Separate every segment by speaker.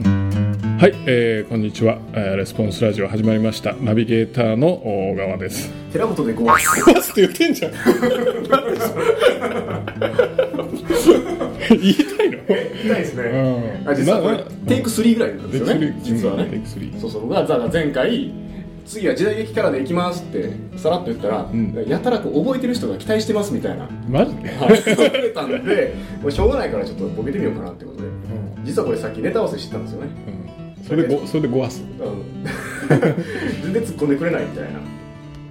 Speaker 1: はい、えー、こんにちは、えーレスポンスラジオ始まりましたナビゲーターの大川です
Speaker 2: 寺本でごわす
Speaker 1: 壊すって言ってんじゃん言いたいの
Speaker 2: 痛いですね
Speaker 1: う、ん
Speaker 2: あ実はこれ、
Speaker 1: まあまあ
Speaker 2: テイク3ぐらいなんですよね実は
Speaker 1: テイ
Speaker 2: ね
Speaker 1: クスリー
Speaker 2: そうそう僕がザが前回次は時代劇キャラで行きますってさらっと言ったら、
Speaker 1: ん
Speaker 2: やたらこう覚えてる人が期待してますみ たいな、は
Speaker 1: マジで
Speaker 2: い、言われたんでもうしょうがないからちょっとボケてみようかなってことで実はこれさっきネタ合わせしてたんですよね
Speaker 1: うんそれでごそれでごわす
Speaker 2: あの 全然突っ込んでくれないみたい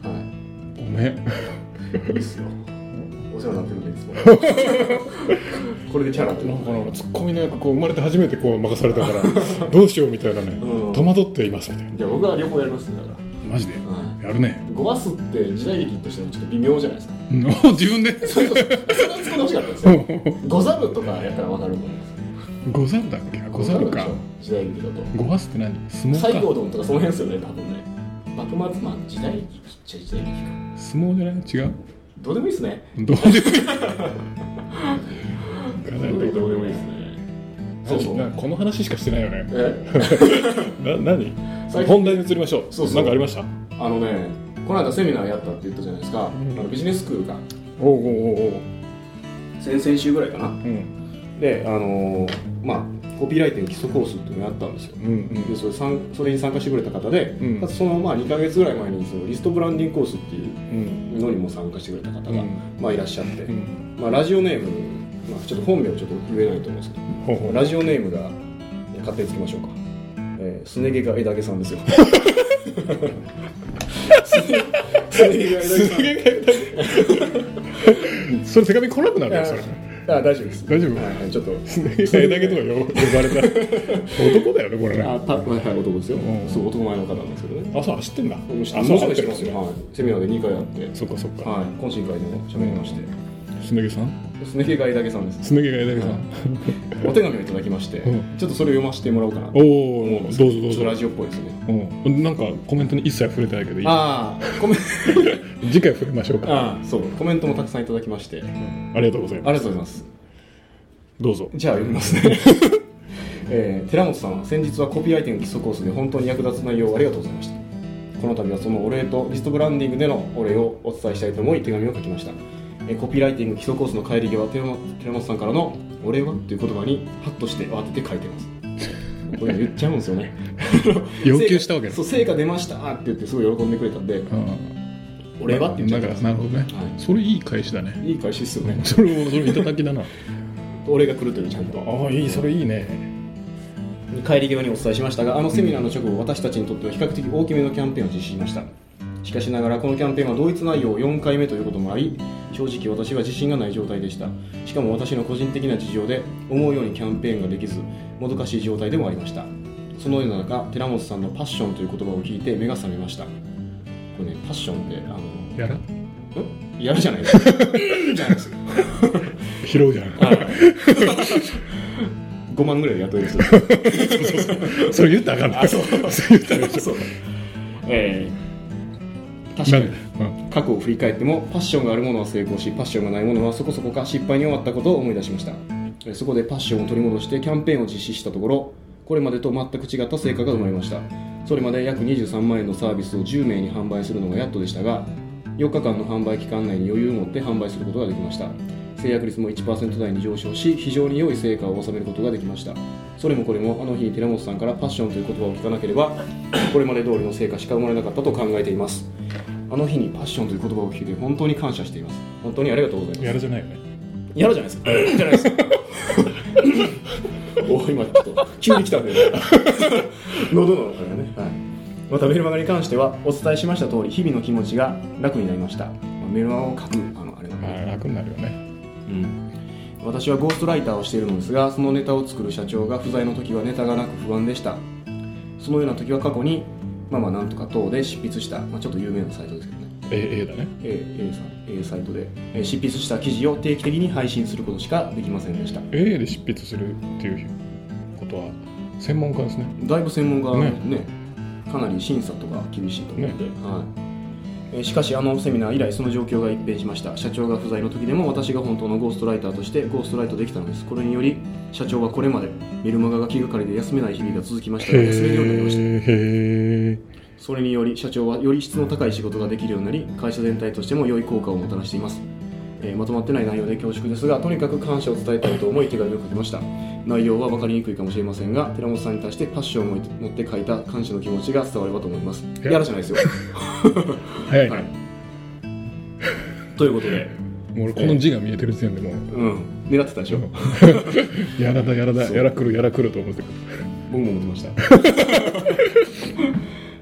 Speaker 2: なは
Speaker 1: ごめん
Speaker 2: いいいっすよお世話になってるんでいつ もこれでキャラっていう
Speaker 1: な
Speaker 2: の
Speaker 1: んかなんかツッコミの役こう生まれて初めてこう任されたから どうしようみたいなね、
Speaker 2: うん
Speaker 1: 戸惑っていますみたいな
Speaker 2: じゃあ僕は両方やりますねだか
Speaker 1: マジで
Speaker 2: ら、はい
Speaker 1: やるね、
Speaker 2: ゴマスって時代劇としてもちょっと微妙じゃないですか。
Speaker 1: うん自分で
Speaker 2: それこそ、それは作ってほしかったですよ。ゴザルとかやったらわかるもんです。
Speaker 1: ござるだっけござるか
Speaker 2: ゴでしょ。時代劇だと。
Speaker 1: ごわすって何相撲か
Speaker 2: 西郷どんとかその辺ですよね、多分ね。幕末、まあ時代劇、ちっちゃい時代劇か。
Speaker 1: 相撲じゃない違う
Speaker 2: どうでもいいですね。
Speaker 1: どうでも いい
Speaker 2: どうでもいいですね。そうそう
Speaker 1: なんかこの話しかしてないよねな
Speaker 2: え、
Speaker 1: 何
Speaker 2: 最近
Speaker 1: 本題に移りましょう
Speaker 2: そうそう
Speaker 1: なんかありました
Speaker 2: あのね、この間セミナーやったって言ったじゃないですか。あのビジネススクールが、
Speaker 1: おうおうおうおう
Speaker 2: 先々週ぐらいか
Speaker 1: う
Speaker 2: な。
Speaker 1: ん
Speaker 2: で、あのーまあ、コピーライティング基礎コースっていうのやったんですよ。
Speaker 1: うんうん
Speaker 2: でそれさんそれに参加してくれた方で、
Speaker 1: うん
Speaker 2: かつそのまあ2か月ぐらい前にそのリストブランディングコースっていう
Speaker 1: うん
Speaker 2: のにも参加してくれた方
Speaker 1: う
Speaker 2: が、
Speaker 1: ん
Speaker 2: まあ、いらっしゃって、
Speaker 1: うん
Speaker 2: まあ、ラジオネーム、まあ、ちょっと本名ちょっと言えないと思うんですけ
Speaker 1: ほうほ
Speaker 2: ど
Speaker 1: う
Speaker 2: ラジオネームがえ勝手につきましょうか、えー、すね毛が枝毛さんですよ
Speaker 1: すげえそ
Speaker 2: すね毛が枝毛さん
Speaker 1: れ手紙来なくなるよそれ
Speaker 2: ああ大丈夫です
Speaker 1: 大丈夫
Speaker 2: はいはい、ちょっと
Speaker 1: すげえだけとか呼ばれた 男だよねこれね
Speaker 2: あたはいはい男ですよ、
Speaker 1: うん
Speaker 2: そう男前の方なんですけどね
Speaker 1: 朝走ってんだ
Speaker 2: 面白
Speaker 1: あ
Speaker 2: い
Speaker 1: そう
Speaker 2: 面白い人
Speaker 1: 合っ
Speaker 2: です
Speaker 1: てる
Speaker 2: よ、はい、セミナーで2回あって
Speaker 1: そっかそっか
Speaker 2: はい、懇親会でも喋りまして、
Speaker 1: すね毛さん
Speaker 2: すね毛がいだけさんです。
Speaker 1: すね毛がえだけさん
Speaker 2: お手紙をいただきまして、
Speaker 1: うん
Speaker 2: ちょっとそれを読ませてもらおうかなと
Speaker 1: お
Speaker 2: 思
Speaker 1: お
Speaker 2: うん
Speaker 1: どう
Speaker 2: です
Speaker 1: ぞ
Speaker 2: け
Speaker 1: どう
Speaker 2: ど。ちょっ
Speaker 1: ぞ
Speaker 2: とラジオっぽいですね。
Speaker 1: うんなんかコメントに一切触れてないけどいい
Speaker 2: ああ、コメン
Speaker 1: 次回触れましょうか
Speaker 2: ああ、そう、コメントもたくさんいただきまして、あ
Speaker 1: ありがとうござい
Speaker 2: り
Speaker 1: ます
Speaker 2: がとうございます。
Speaker 1: どうぞ
Speaker 2: じゃあ読みますね。 えー寺本さん、先日はコピーライティング基礎コースで本当に役立つ内容をありがとうございました。この度はそのお礼とリストブランディングでのお礼をお伝えしたいと思い手紙を書きました。えーコピーライティング基礎コースの帰り際、寺本寺本さんからのお礼はという言葉にハッとして慌てて書いてます。こういうの言っちゃうんですよね。
Speaker 1: 要求したわけだ
Speaker 2: そう、成果出ましたって言ってすごい喜んでくれたんで、
Speaker 1: うん
Speaker 2: お礼はって言っちゃ
Speaker 1: な
Speaker 2: っ
Speaker 1: ん
Speaker 2: た
Speaker 1: かな
Speaker 2: んです
Speaker 1: るほどね
Speaker 2: はい
Speaker 1: それいい返しだね
Speaker 2: いい返しですよね。
Speaker 1: それもそれいただきだな
Speaker 2: お礼が来るというちゃんと。
Speaker 1: ああいいそれいいね
Speaker 2: 帰り際にお伝えしましたがあのセミナーの直後私たちにとっては比較的大きめのキャンペーンを実施しましたしかしながらこのキャンペーンは同一内容を4回目ということもあり正直私は自信がない状態でしたしかも私の個人的な事情で思うようにキャンペーンができずもどかしい状態でもありましたそのような中寺本さんのパッションという言葉を聞いて目が覚めましたこれねパッションってあの
Speaker 1: やら
Speaker 2: んやるじゃないですかじゃない ですか
Speaker 1: 拾うじゃん
Speaker 2: 5万ぐらいで雇え る人で す
Speaker 1: それ言ったらあかんなそれ言ったらあかんでしょ
Speaker 2: ええ確か
Speaker 1: なん
Speaker 2: に
Speaker 1: でうん
Speaker 2: 過去を振り返ってもパッションがあるものは成功しパッションがないものはそこそこか失敗に終わったことを思い出しましたえーそこでパッションを取り戻してキャンペーンを実施したところこれまでと全く違った成果が生まれましたそれまで約23万円のサービスを10名に販売するのがやっとでしたが4日間の販売期間内に余裕を持って販売することができました制約率も1%台に上昇し非常に良い成果を収めることができましたそれもこれもあの日寺本さんからパッションという言葉を聞かなければこれまで通りの成果しか生まれなかったと考えていますあの日にパッションという言葉を聞いて本当に感謝しています本当にありがとうございます
Speaker 1: やらじゃないよね
Speaker 2: やるじゃないですか。じゃないですか。 お今ちょっと急に来たんで、 ね、喉の中がね、はい、またメルマガに関してはお伝えしました通り日々の気持ちが楽になりました、まあメルマガを書くあのあれなんで、
Speaker 1: まあ楽になるよね
Speaker 2: うん、私はゴーストライターをしているのですがそのネタを作る社長が不在の時はネタがなく不安でしたそのような時は過去にまあまあなんとか等で執筆した、まあ、ちょっと有名なサイトですけどね
Speaker 1: A, A だね
Speaker 2: A, A, さん A サイトでえー執筆した記事を定期的に配信することしかできませんでした
Speaker 1: A で執筆するっていうことは専門家ですね
Speaker 2: だいぶ専門家ねねかなり審査とか厳しいと思うんで、はいええーしかしあのセミナー以来その状況が一変しました社長が不在の時でも私が本当のゴーストライターとしてゴーストライトできたのですこれにより社長はこれまでメルマガが気がかりで休めない日々が続きましたが休めるようになりました
Speaker 1: へえ
Speaker 2: それにより社長はより質の高い仕事ができるようになり会社全体としても良い効果をもたらしています、えーまとまってない内容で恐縮ですがとにかく感謝を伝えたいと思い手紙を書きました内容は分かりにくいかもしれませんが寺本さんに対してパッションを持って書いた感謝の気持ちが伝わればと思います
Speaker 1: え
Speaker 2: やらじゃないですよ
Speaker 1: 早いね、
Speaker 2: はいということで
Speaker 1: もう俺この字が見えてる時点でもう
Speaker 2: うん狙ってたでしょ僕
Speaker 1: やらだやらだ
Speaker 2: そう
Speaker 1: やらくるやらくると思ってた
Speaker 2: も思ってました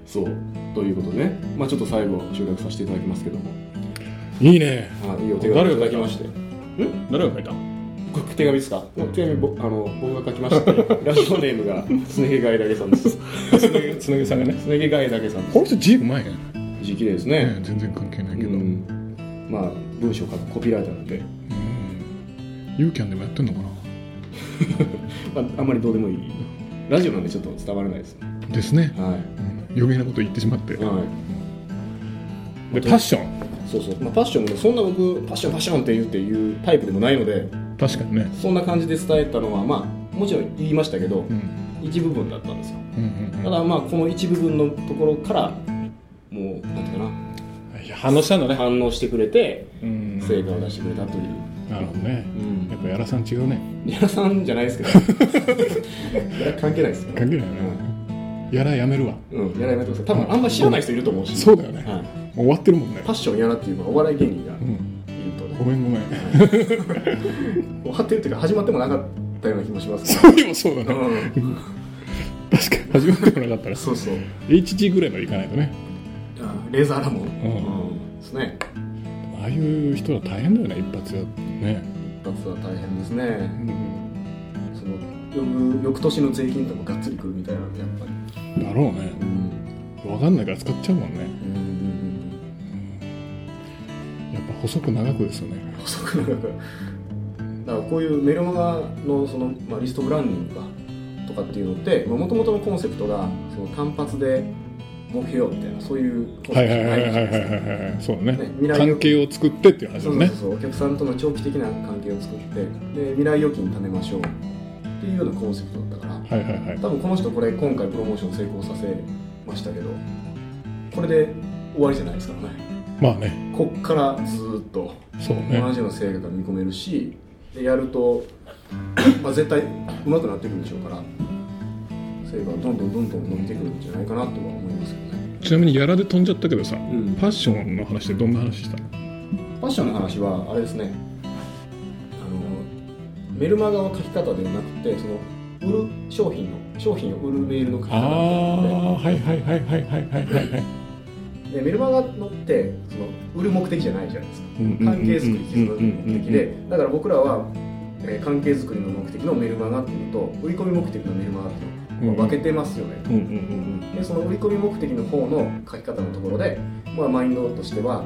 Speaker 2: そうということでねまあちょっと最後集約させていただきますけども
Speaker 1: いいね
Speaker 2: あいいお手紙いただきまして
Speaker 1: 誰が書いた
Speaker 2: これ手紙ですか手紙ぼあの僕が書きましたね ラジオネームがすね毛ガイダゲさんですす
Speaker 1: つなぎつなぎさんがね
Speaker 2: ね毛ガイダゲさんで
Speaker 1: この人字うまいね
Speaker 2: す字綺麗です
Speaker 1: ね
Speaker 2: ね
Speaker 1: 全然関係ないけ
Speaker 2: う
Speaker 1: ど、
Speaker 2: んまあ文章を書くコピーライターなんで、
Speaker 1: ユーキャンでもやってんのか
Speaker 2: まあ、あんまりどうでもいいラジオなんでちょっと伝わらないですね
Speaker 1: なですね、
Speaker 2: は
Speaker 1: うん余計なこと言ってしまって
Speaker 2: い、は
Speaker 1: で
Speaker 2: い、
Speaker 1: パッション
Speaker 2: そうそう、まあ、パッションもねそんな僕パッションパッションって言うっていうタイプでもないので
Speaker 1: 確かにね、
Speaker 2: そんな感じで伝えたのはまあもちろん言いましたけど
Speaker 1: うん、
Speaker 2: 一部分だったんですよ
Speaker 1: うんうん
Speaker 2: ただまあこの一部分のところからもうなんていうかな
Speaker 1: うんいや反応したんだね、
Speaker 2: 反応してくれて
Speaker 1: うん
Speaker 2: 成果を出してくれたという、
Speaker 1: なるほどね
Speaker 2: うん
Speaker 1: やっぱやらさん違うね
Speaker 2: リアさんじゃないですけどいや 関係ないですよ
Speaker 1: 関係ないよねやらやめるわ
Speaker 2: うんやらやめてください多分あんま知らない人いると思うし
Speaker 1: そうだよね
Speaker 2: はい
Speaker 1: もう終わってるもんね
Speaker 2: パッションやらっていうのはお笑い芸人がい
Speaker 1: うん
Speaker 2: ると
Speaker 1: ごめ
Speaker 2: ね
Speaker 1: んごめん
Speaker 2: 終わってるっていうか始まってもなかったような気もします
Speaker 1: そういえばそうだ
Speaker 2: けど、
Speaker 1: ね
Speaker 2: うん、
Speaker 1: 確かに始まってもなかったら
Speaker 2: そうそう
Speaker 1: HG ぐらいまでいかないとね
Speaker 2: あレーザーラモン、
Speaker 1: ん
Speaker 2: うんですね
Speaker 1: ああいう人は大変だよね一発やね
Speaker 2: 一発は大変ですねその翌翌年の税金とかがっつりくるみたいなんでやっぱり
Speaker 1: だろうね
Speaker 2: うん
Speaker 1: 分かんないから使っちゃうもんね
Speaker 2: うんうんうん
Speaker 1: やっぱ細く長くですよね
Speaker 2: 遅くなる だからこういうメルマガのその、まあ、リストブランディングかとかっていうのってもともとのコンセプトがその単発で儲けようみたいなそういうコン
Speaker 1: はい
Speaker 2: セプ
Speaker 1: はい
Speaker 2: ト
Speaker 1: はい
Speaker 2: じゃ
Speaker 1: はい
Speaker 2: ない
Speaker 1: はい
Speaker 2: ですか
Speaker 1: はいはいそうだね
Speaker 2: ね未来予
Speaker 1: 関係を作ってっていう話
Speaker 2: そ
Speaker 1: だ
Speaker 2: う
Speaker 1: ね
Speaker 2: そうそうお客さんとの長期的な関係を作ってで未来預金貯めましょうっていうようなコンセプトだったから
Speaker 1: はいはいはい
Speaker 2: 多分この人これ今回プロモーション成功させましたけどこれで終わりじゃないですからね
Speaker 1: まあね
Speaker 2: こっからずーっと
Speaker 1: そう
Speaker 2: 同
Speaker 1: ね
Speaker 2: じような成果が見込めるしでやると、 まあ、絶対上手くなってくるでしょうから成果がどんどんどんどん伸びてくるんじゃないかなとは思いますけどね、
Speaker 1: ちなみにやらで飛んじゃったけどさ
Speaker 2: うん、
Speaker 1: パッションの話ってどんな話したの
Speaker 2: パッションの話はあれですねあのメルマガは書き方ではなくてその売る商品の商品を売るメールの書き
Speaker 1: あ
Speaker 2: 方みたいなの
Speaker 1: あはいはいはいはいはいはいはいはい
Speaker 2: ででメルマガのってその売る目的じゃないじゃないですか
Speaker 1: うんうんうんうん
Speaker 2: 関係づくり気づく目的でだから僕らは、えー関係づくりの目的のメルマガっていうのと売り込み目的のメルマガっていうの
Speaker 1: うんうん
Speaker 2: 分けてますよね
Speaker 1: うんうんうん
Speaker 2: でその売り込み目的の方の書き方のところで、まあ、マインドとしては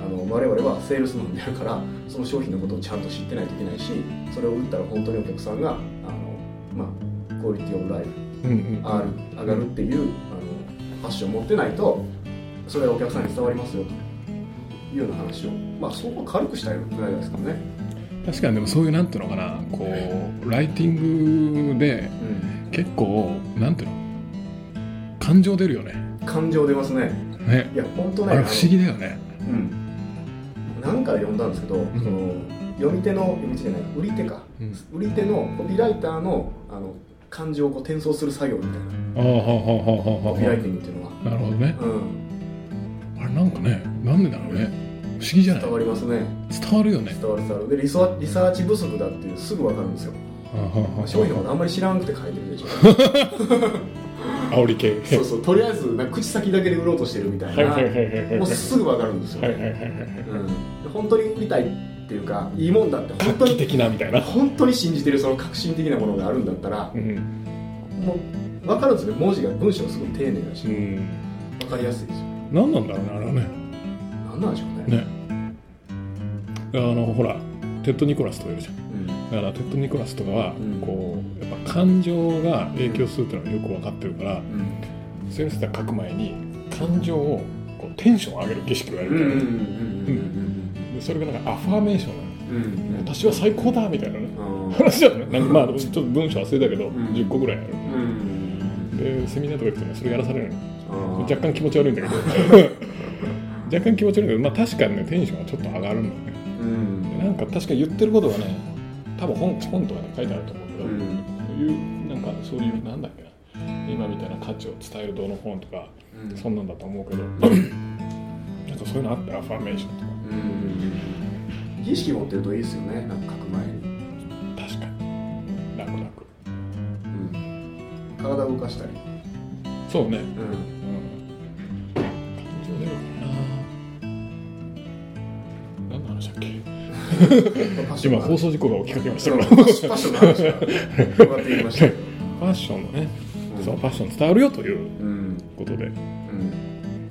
Speaker 2: あの我々はセールスマンであるからその商品のことをちゃんと知ってないといけないしそれを売ったら本当にお客さんがあの、まあ、クオリティオブライフ
Speaker 1: うんうんうん
Speaker 2: R 上がるっていうあのファッションを持ってないとそれはお客さんに伝わりますよというような話をまあそこを軽くしたいぐらいですかね、
Speaker 1: 確かにでもそういうなんていうのかなこうライティングで
Speaker 2: う
Speaker 1: 結構なんていうの感情出るよね
Speaker 2: ん、感情出ますね
Speaker 1: ね
Speaker 2: いや本当
Speaker 1: あ
Speaker 2: ね
Speaker 1: れ不思議だよね
Speaker 2: うん、なんかで読んだんですけど、
Speaker 1: ん
Speaker 2: その読み手の読み手じゃない売り手か、
Speaker 1: うん
Speaker 2: 売り手のコピーライターのあの感情をこう転送する作業みたい
Speaker 1: あ
Speaker 2: な
Speaker 1: あはあはあはあはあ
Speaker 2: コピーライティングっていうのは、
Speaker 1: なるほどね
Speaker 2: うん、
Speaker 1: あれなんかねなんでだろうね不思議じゃない
Speaker 2: 伝わりますね
Speaker 1: 伝わるよね
Speaker 2: 伝わる伝わるでリソリサーチ不足だっていうすぐ分かるんですよ
Speaker 1: あはあは
Speaker 2: 商品のことあんまり知らんくて書いてるで しょ
Speaker 1: あ煽り系
Speaker 2: そうそうとりあえずなんか口先だけで売ろうとしてるみたいな、
Speaker 1: いはい
Speaker 2: もうすぐ分かるんですよ、
Speaker 1: はいはいはいはい
Speaker 2: うん、で本当に売りたいっていうかいいもんだって本当
Speaker 1: 画期
Speaker 2: に
Speaker 1: 的なみたいな
Speaker 2: 本当に信じてるその革新的なものがあるんだったら
Speaker 1: うん
Speaker 2: もう分かるんですよね文字が文章がすごい丁寧だし
Speaker 1: うん
Speaker 2: 分かりやすいですよ
Speaker 1: 何なんだろうねあれはね
Speaker 2: なんなんでしょうね
Speaker 1: ねあのほらテッド・ニコラスとかいるじゃん
Speaker 2: うん
Speaker 1: だからテッド・ニコラスとかは、
Speaker 2: うん
Speaker 1: こうやっぱ感情が影響するっていうのはよく分かってるから、
Speaker 2: うん
Speaker 1: セールスター書く前に感情をこうテンションを上げる儀式をやるみたいな、でそれがなんかアファーメーションなの私は最高だみたいなね話だよねなんかまあちょっと文章忘れたけど、
Speaker 2: ん
Speaker 1: 10個ぐらいあるでセミナーとか行くとねそれやらされるの若干気持ち悪いんだ けど若干気持ち悪いんだけど、まあ、確かにねテンションはちょっと上がるんだよねでなんか確かに言ってることがね多分本本とかに書いてあると思うけど、いうなんかそういうなんだっけな今みたいな価値を伝えるどうの本とかそんなんだと思うけどなんかそういうのあったアファーメーションとか
Speaker 2: 儀式持ってるといいですよねなんか書く前に、
Speaker 1: 確かに楽々
Speaker 2: 体を動かしたり、
Speaker 1: そうね
Speaker 2: うん、
Speaker 1: 感情出るかな何の話だっけ今放送事故が起きかけました
Speaker 2: パ
Speaker 1: からフ
Speaker 2: ッションの話がって言いましたけど
Speaker 1: ァッションのねそうファッション伝わるよという
Speaker 2: うん
Speaker 1: ことで
Speaker 2: うん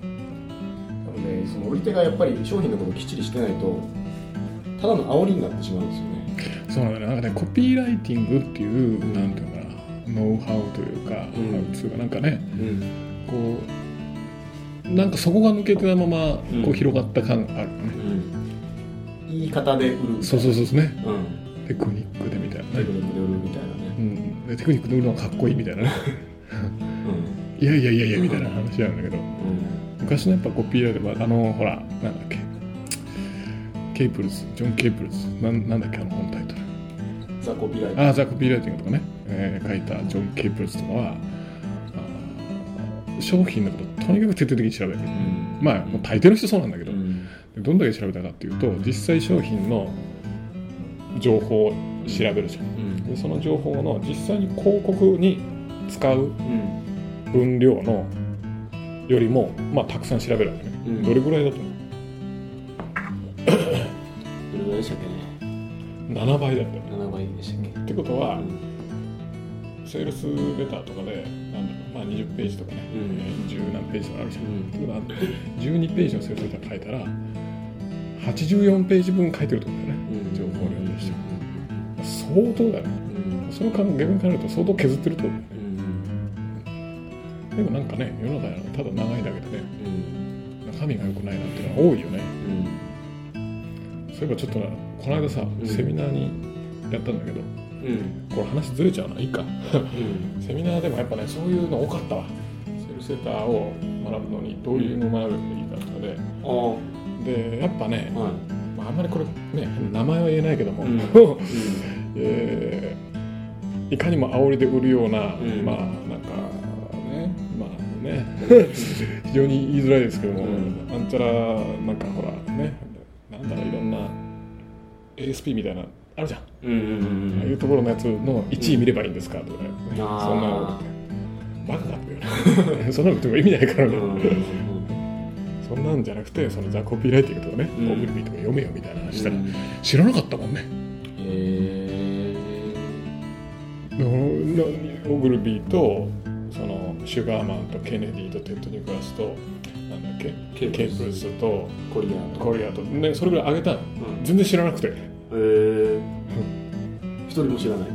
Speaker 2: なのでその売り手がやっぱり商品のことをきっちりしてないとただの煽りになってしまうんです
Speaker 1: そ
Speaker 2: よね
Speaker 1: うなんだよねなんかねコピーライティングっていう、なんていうのかなノウハウというか、
Speaker 2: うん
Speaker 1: ハウツーがなんかね
Speaker 2: うん
Speaker 1: こうなんかそこが抜けてたまま
Speaker 2: うん
Speaker 1: こう広がった感があるね、
Speaker 2: 言い方で売る
Speaker 1: そうそううそうですね
Speaker 2: うん
Speaker 1: テクニックでみたいな
Speaker 2: テ
Speaker 1: ね
Speaker 2: ク、ニックで売るみたいなね
Speaker 1: うん、でテクニックで売るのがかっこいいみたいなね
Speaker 2: うん
Speaker 1: いやいやいやいやみたいな話なんだけど
Speaker 2: うん
Speaker 1: 昔のやっぱコピーライターはあのほらなんだっけケイプルズジョン・ケイプルズなんなんだっけあの本タイトル
Speaker 2: ザコピーライター
Speaker 1: あーザ・コピーライティングとかね、えー書いたジョン・ケイプルズとかはあー商品のこととにかく徹底的に調べる
Speaker 2: うん
Speaker 1: まあもう大抵の人そうなんだけ
Speaker 2: う
Speaker 1: ど、
Speaker 2: ん
Speaker 1: どんだけ調べたかっていうと実際商品の情報を調べるじゃん
Speaker 2: うん
Speaker 1: でその情報の実際に広告に使う
Speaker 2: うん
Speaker 1: 分量のよりも、まあ、たくさん調べるわけね、
Speaker 2: うん
Speaker 1: どれぐらいだと思う
Speaker 2: どれぐらいでしたっけね
Speaker 1: 7倍だったよね
Speaker 2: 7倍でしたっけ
Speaker 1: ってことは、
Speaker 2: うん
Speaker 1: セールスレターとかでなんだろう、まあ、20ページとかね、
Speaker 2: うん
Speaker 1: 十何ページとかあるじゃん、
Speaker 2: うん
Speaker 1: ってことは12ページのセールスレター書いたら84ページ分書いてるってことだよね
Speaker 2: うん
Speaker 1: 情報量として
Speaker 2: う
Speaker 1: 相当だよね
Speaker 2: ん
Speaker 1: それを考え逆に考えると相当削ってるってことだよね
Speaker 2: うん
Speaker 1: でもなんかね世の中はただ長いだけでね
Speaker 2: うん
Speaker 1: 中身が良くないなっていうのは多いよね
Speaker 2: うん
Speaker 1: そういえばちょっとなこの間さ、
Speaker 2: ん
Speaker 1: セミナーにやったんだけど
Speaker 2: うん
Speaker 1: これ話ずれちゃうないいか
Speaker 2: うん
Speaker 1: セミナーでもやっぱねそういうの多かったわセールスレターを学ぶのにどういうのを学べばいいかとかで、
Speaker 2: ああ
Speaker 1: でやっぱね、
Speaker 2: は
Speaker 1: まあ、あんまりこれね名前は言えないけども、
Speaker 2: うんい。
Speaker 1: えーいかにも煽りで売るような、
Speaker 2: うん
Speaker 1: まあなんかねまあ ね非常に言いづらいですけども、
Speaker 2: うん
Speaker 1: あんちゃらなんかほらねなんだろういろんな ASP みたいなあるじゃん、
Speaker 2: うんうんうん
Speaker 1: ああ
Speaker 2: う。
Speaker 1: いうんところのやつの1位見ればいいんですかとかね、そんな
Speaker 2: あ
Speaker 1: バカだったよね そんなの言っても意味ないから
Speaker 2: ー
Speaker 1: ね、そんなんじゃなくてそのザ・コピーライティングとかね、
Speaker 2: うん
Speaker 1: オグルビーとか読めよみたいな話したら、
Speaker 2: うん
Speaker 1: 知らなかったもんね
Speaker 2: え
Speaker 1: でもオグルビーとそのシュガーマンとケネディとテッド・ニクラスとなんだっけ
Speaker 2: ケイプ
Speaker 1: ケ
Speaker 2: ル
Speaker 1: イ
Speaker 2: ス
Speaker 1: プルスと
Speaker 2: ー、コリア
Speaker 1: コリアと、ね、それぐらいあげたの
Speaker 2: うん
Speaker 1: 全然知らなくて、
Speaker 2: えー、一人も知らない。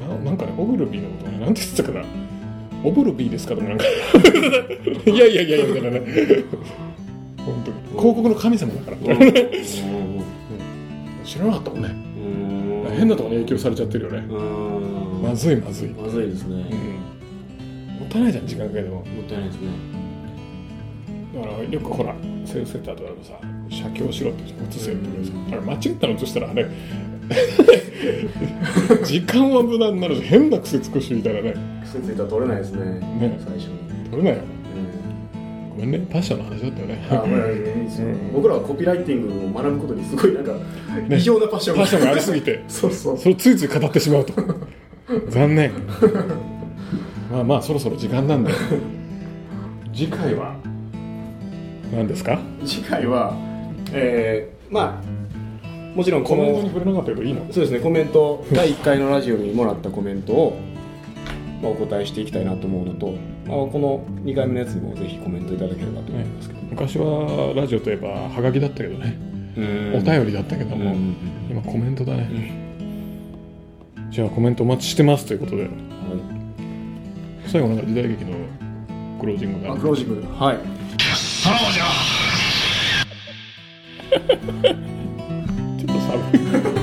Speaker 1: ななんかねオグルビーのことをねなんて言ってたかなオブルビーですかとか なんかいやいやいやいやみたいな ね本当に広告の神様だからみたいな知らなかったもんね 変なところに影響されちゃってるよね
Speaker 2: うん。
Speaker 1: まずいまずい、うん、
Speaker 2: まずいですね。
Speaker 1: もったいないじゃん時間かけても
Speaker 2: もったいないですね。
Speaker 1: だからよくほらセールスセンターとかでもさ写経しろって写せよって言うけどさあれ間違ったの写したらあれ 時間は無駄になるし変な癖つくしみたいなね
Speaker 2: 癖ついたら取れないですね。
Speaker 1: ね
Speaker 2: 最初に。
Speaker 1: 取れないよごめんねパッションの話だったよね
Speaker 2: あまあいいですよ僕らはコピーライティングを学ぶことにすごいなんか異常なパッション
Speaker 1: パッションがありすぎて
Speaker 2: そうそう
Speaker 1: それをついつい語ってしま うと残念まあまあそろそろ時間なんで次回は何ですか
Speaker 2: 次回は、えーまあもちろん
Speaker 1: コ
Speaker 2: こ
Speaker 1: メントに
Speaker 2: の
Speaker 1: 触れなかったけどいいの
Speaker 2: そうですねコメント第1回のラジオにもらったコメントを、まあ、お答えしていきたいなと思うのと、まあ、この2回目のやつにもぜひコメントいただければと思いますけど、
Speaker 1: 昔はラジオといえばハガキだったけどねお便りだったけども、
Speaker 2: うん
Speaker 1: 今コメントだね、じゃあコメントお待ちしてますということで
Speaker 2: は
Speaker 1: 最後なんか時代劇のクロージングが
Speaker 2: あクロージング
Speaker 3: はい
Speaker 1: さらばじゃちょっと寒い